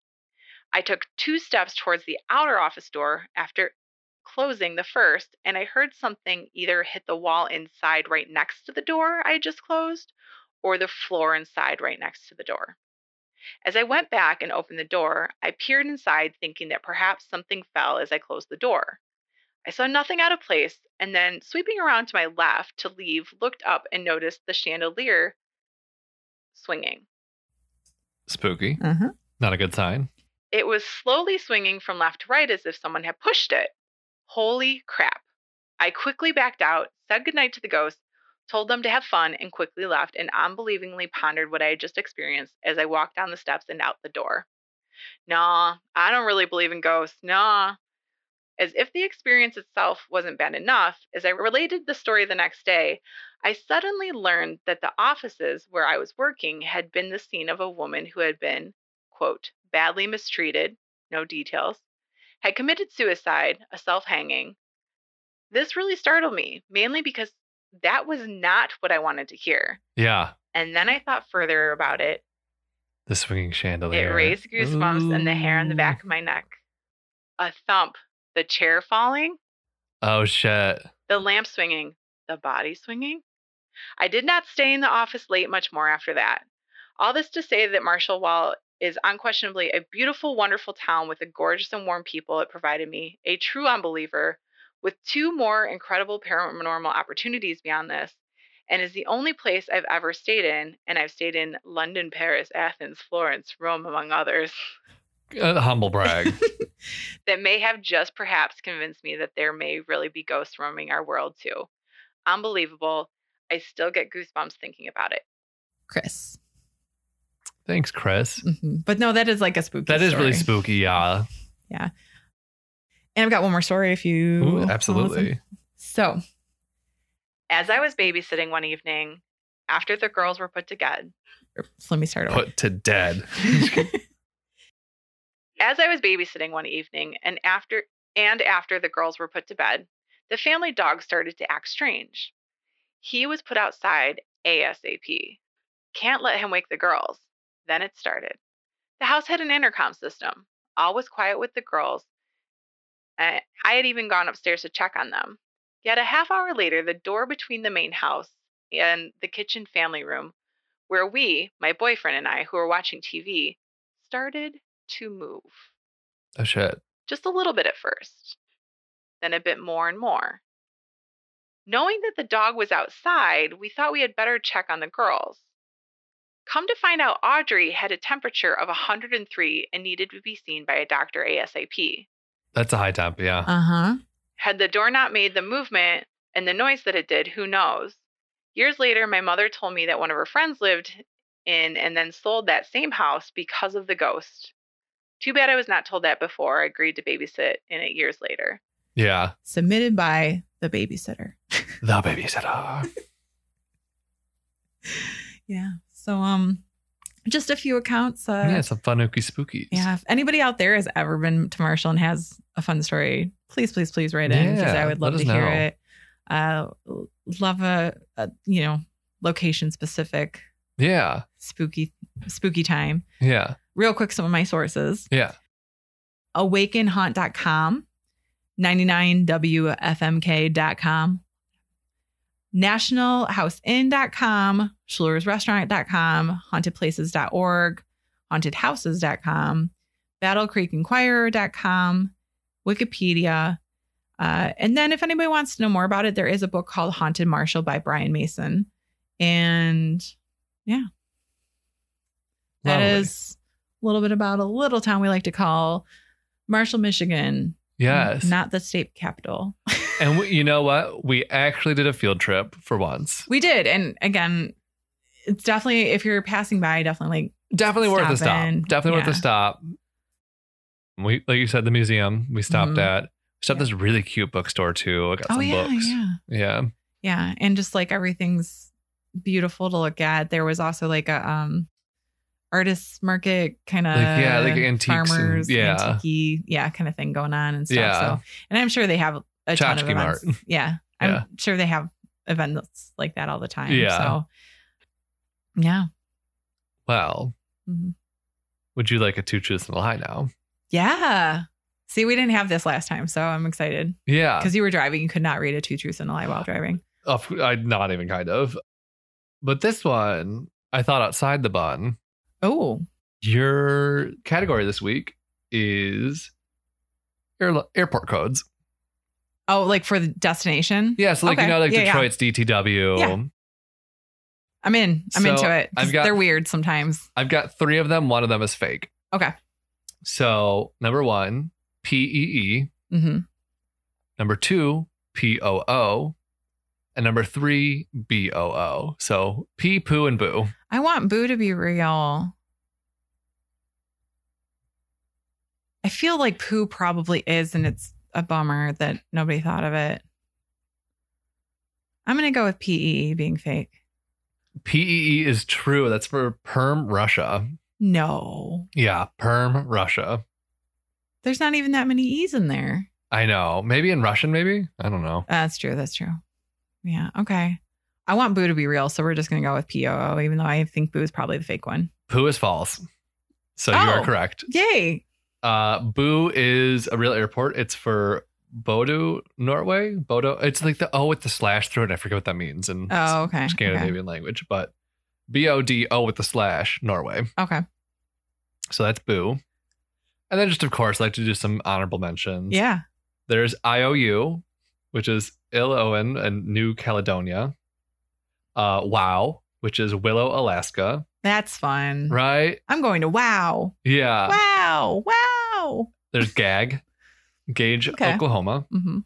I took two steps towards the outer office door after closing the first, and I heard something either hit the wall inside right next to the door I had just closed or the floor inside right next to the door. As I went back and opened the door, I peered inside, thinking that perhaps something fell as I closed the door. I saw nothing out of place, and then, sweeping around to my left to leave, looked up and noticed the chandelier swinging.
Spooky.
Uh-huh.
Not a good sign.
It was slowly swinging from left to right as if someone had pushed it. Holy crap. I quickly backed out, said goodnight to the ghosts, told them to have fun, and quickly left and unbelievingly pondered what I had just experienced as I walked down the steps and out the door. Nah, I don't really believe in ghosts. Nah. As if the experience itself wasn't bad enough, as I related the story the next day, I suddenly learned that the offices where I was working had been the scene of a woman who had been, quote, badly mistreated, no details, had committed suicide, a self hanging. This really startled me, mainly because that was not what I wanted to hear.
Yeah.
And then I thought further about it.
The swinging
It
chandelier.
raised goosebumps and the hair on the
Ooh.
back of my neck. A thump, the chair falling,
Oh, shit.
the lamp swinging, the body swinging. I did not stay in the office late much more after that. All this to say that Marshall, while is unquestionably a beautiful, wonderful town with a gorgeous and warm people, it provided me, a true unbeliever, with two more incredible paranormal opportunities beyond this, and is the only place I've ever stayed in, and I've stayed in London, Paris, Athens, Florence, Rome, among others,
Uh, humble brag.
that may have just perhaps convinced me that there may really be ghosts roaming our world too. Unbelievable. I still get goosebumps thinking about it.
Chris.
Thanks, Chris.
Mhm. But no, that is like a spooky.
That is really
story.
spooky. Yeah.
And I've got one more story if you.
Ooh,
want some.
absolutely.
So
As I was babysitting one evening, after the girls were put to bed,
so let me start over.
Put to dead.
as I was babysitting one evening and after and after the girls were put to bed, the family dog started to act strange. He was put outside ASAP. Can't let him wake the girls. Then it started. The house had an intercom system. All was quiet with the girls. and I had even gone upstairs to check on them. Yet a half hour later, the door between the main house and the kitchen family room, where we, my boyfriend and I, who were watching TV, started to move.
oh, shit.
Just a little bit at first, then a bit more and more. Knowing that the dog was outside, we thought we had better check on the girls. Come to find out, Audrey had a temperature of 103 and needed to be seen by a doctor ASAP.
That's a high temp. Yeah.
Uh huh.
Had the door not made the movement and the noise that it did, who knows? Years later, my mother told me that one of her friends lived in and then sold that same house because of the ghost. Too bad I was not told that before I agreed to babysit in it years later.
yeah.
Submitted by the babysitter.
The babysitter.
Yeah. So um, just a few accounts. Uh,
yeah, some fun, ooky spookies.
Yeah. If anybody out there has ever been to Marshall and has a fun story, please, please, please write in because
Yeah,
I would love to
let us
hear
know.
it. Uh, l- love a, a you know location specific
Yeah.
spooky spooky time.
Yeah.
Real quick, some of my sources.
Yeah.
awakenhaunt.com, 99wfmk.com, nationalhouseinn.com, schlersrestaurant.com, hauntedplaces.org, hauntedhouses.com, battlecreekinquirer.com, Wikipedia. Uh, and then if anybody wants to know more about it, there is a book called Haunted Marshall by Brian Mason. And that
Lovely.
is a little bit about a little town we like to call Marshall, Michigan.
Yes.
Not the state capital.
and we, you know what? We actually did a field trip for once.
We did. And again, it's definitely, if you're passing by, definitely like
Definitely worth a stop.
Stopping.
Definitely
Yeah.
worth a stop. We, like you said, the museum we stopped
Mhm.
at. Stopped at this really cute bookstore too. I got
Oh
some
yeah,
books.
yeah,
Yeah.
yeah, and just like everything's beautiful to look at. There was also like a um artists market kind of
Like, yeah, like antiques and-
farmers,
yeah.
antique yeah, kind of thing going on and stuff.
Yeah.
So, and I'm sure they have a ton of
Tchotchke
events. Yeah, I'm
Yeah.
sure they have events like that all the time.
Yeah.
So, yeah,
Well,
Mhm.
would you like a two truths and a lie now?
yeah. See, we didn't have this last time, so I'm excited
Yeah.
because you were driving. You could not read a two truths and a lie while driving.
Of- I not even kind of. But this one, I thought outside the bun.
Oh,
Your category this week is air- airport codes.
oh, like for the destination.
Yeah, so like you
Okay.
know, like
Yeah, yeah.
Detroit's DTW.
Yeah. I'm in. I'm
So,
into it. 'cause
I've got-
they're weird sometimes.
I've got three of them. One of them is fake.
Okay.
So number one, P E E.
hmm
Number two, P O O. And number three, B O O. So pee, poo, and boo.
I want Boo to be real. I feel like Pooh probably is, and it's a bummer that nobody thought of it. I'm gonna go with PEE being fake.
P E E is true. That's for Perm Russia.
No,
Yeah, Perm Russia.
there's not even that many E's in there.
I know. Maybe in Russian, maybe? I don't know.
That's true. That's true. Yeah. Okay. I want Boo to be real, so we're just gonna go with POO, even though I think Boo is probably the fake one.
Poo is false. So you are
Oh.
correct.
Yay!
Uh, Boo is a real airport. It's for Bodo, Norway. Bodo. It's like the O with the slash through it. I forget what that means in
Oh, okay. Okay.
Scandinavian language, but B O D O with the slash Norway.
okay.
So that's Boo. And then just of course, I like to do some honorable mentions.
Yeah.
There's IOU, which is Iloan and New Caledonia. Uh, wow, which is Willow, Alaska.
That's fun.
Right? Uh.
I'm going to wow.
Yeah.
wow. Wow.
There's Gag, Gage,
Okay.
Oklahoma.
hmm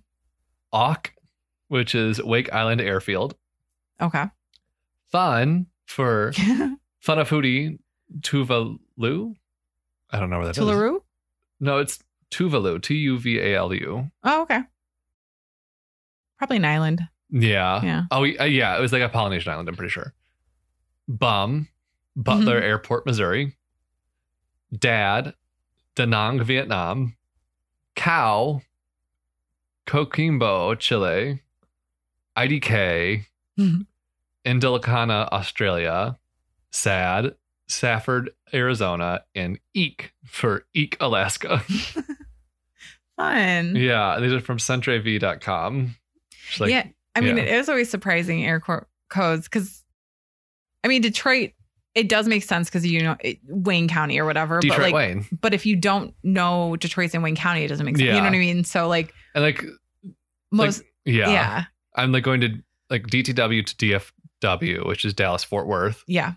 Auk, which is Wake Island Airfield.
Okay.
Fun for Funafuti Tuvalu. I don't know where that is.
Tulare?
No, it's Tuvalu. T U V A L U.
Oh, okay. Probably an island.
Yeah.
Yeah.
Oh, uh, yeah. It was like a Polynesian island. I'm pretty sure. Bum, Butler Airport, Missouri. Dad, Da Nang, Vietnam. Cow, Coquimbo, Chile. IDK,
Mhm.
Indilicana, Australia. Sad, Safford, Arizona, and Eek for Eek, Alaska.
Fun.
yeah, these are from CentreV.com. It's like,
Mm-hmm. yeah. I mean,
yeah.
it is always surprising air co- codes because, I mean, Detroit, it does make sense because, you know, it, Wayne County or whatever.
Detroit
but like,
Wayne.
But if you don't know Detroit's in Wayne County, it doesn't make sense. You
Yeah.
know what I mean? So, like,
And like,
most,
yeah.
yeah.
I'm like going to like DTW to DFW, which is Dallas Fort Worth,
Yeah.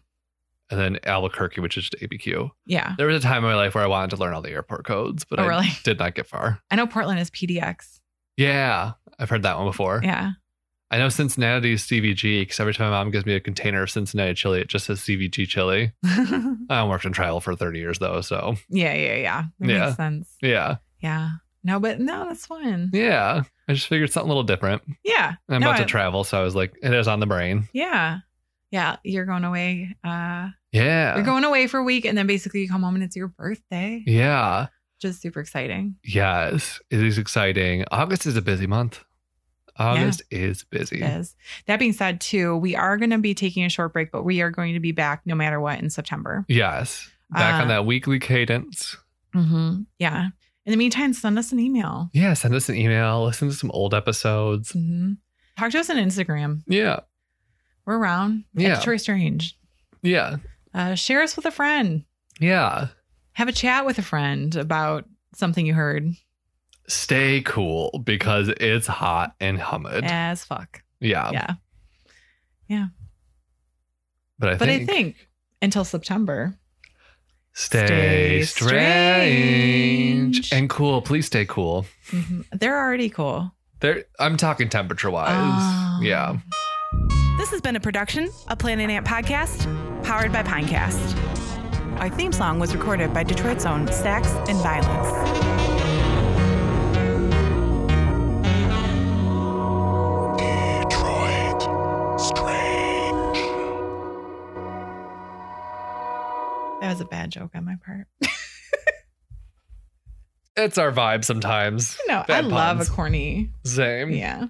and then Albuquerque, which is ABQ.
Yeah.
There was a time in my life where I wanted to learn all the airport codes, but
Oh,
I
really?
did not get far.
I know Portland is PDX.
Yeah, I've heard that one before.
Yeah.
I know Cincinnati is CVG because every time my mom gives me a container of Cincinnati chili, it just says CVG chili.
yeah.
I worked in travel for 30 years though, so
Yeah. Yeah. That
Yeah.
Makes sense.
yeah,
Yeah. No, but no, that's fun. Yeah.
yeah. I just figured something a little different.
Yeah.
I'm
No,
about
I-
to travel, so I was like, it is on the brain.
Yeah. you're going away. Uh
Yeah,
you're going away for a week and then basically you come home and it's your birthday.
yeah.
Just super exciting.
Yes, it is exciting. August is a busy month. August is busy.
Is. That being said, too, we are going to be taking a short break, but we are going to be back no matter what in September.
Yes. Back on
Uh,
that weekly cadence.
Mm-hmm. Yeah. In the meantime, send us an email.
Yeah, send us an email, listen to some old episodes.
hmm Talk to us on Instagram.
Yeah.
We're around. at
Yeah.
Detroit Strange.
Yeah.
Uh, share us with a friend.
Yeah.
Have a chat with a friend about something you heard.
Stay cool because it's hot and humid. Yeah.
As fuck.
Um,
yeah.
But I
But
think,
I think until September. stay
stay, strange.
strange.
and cool. Please stay cool.
Mhm. They're already cool.
There I'm talking temperature wise.
Oh.
Yeah.
This has been a production of Planet Ant Podcast, powered by Pinecast.
Our theme song was recorded by Detroit's own Sax and Violence.
Detroit Strange.
That was a bad joke on my part.
It's our vibe sometimes.
No, I
Bad
love a
puns.
corny.
Same.
Yeah.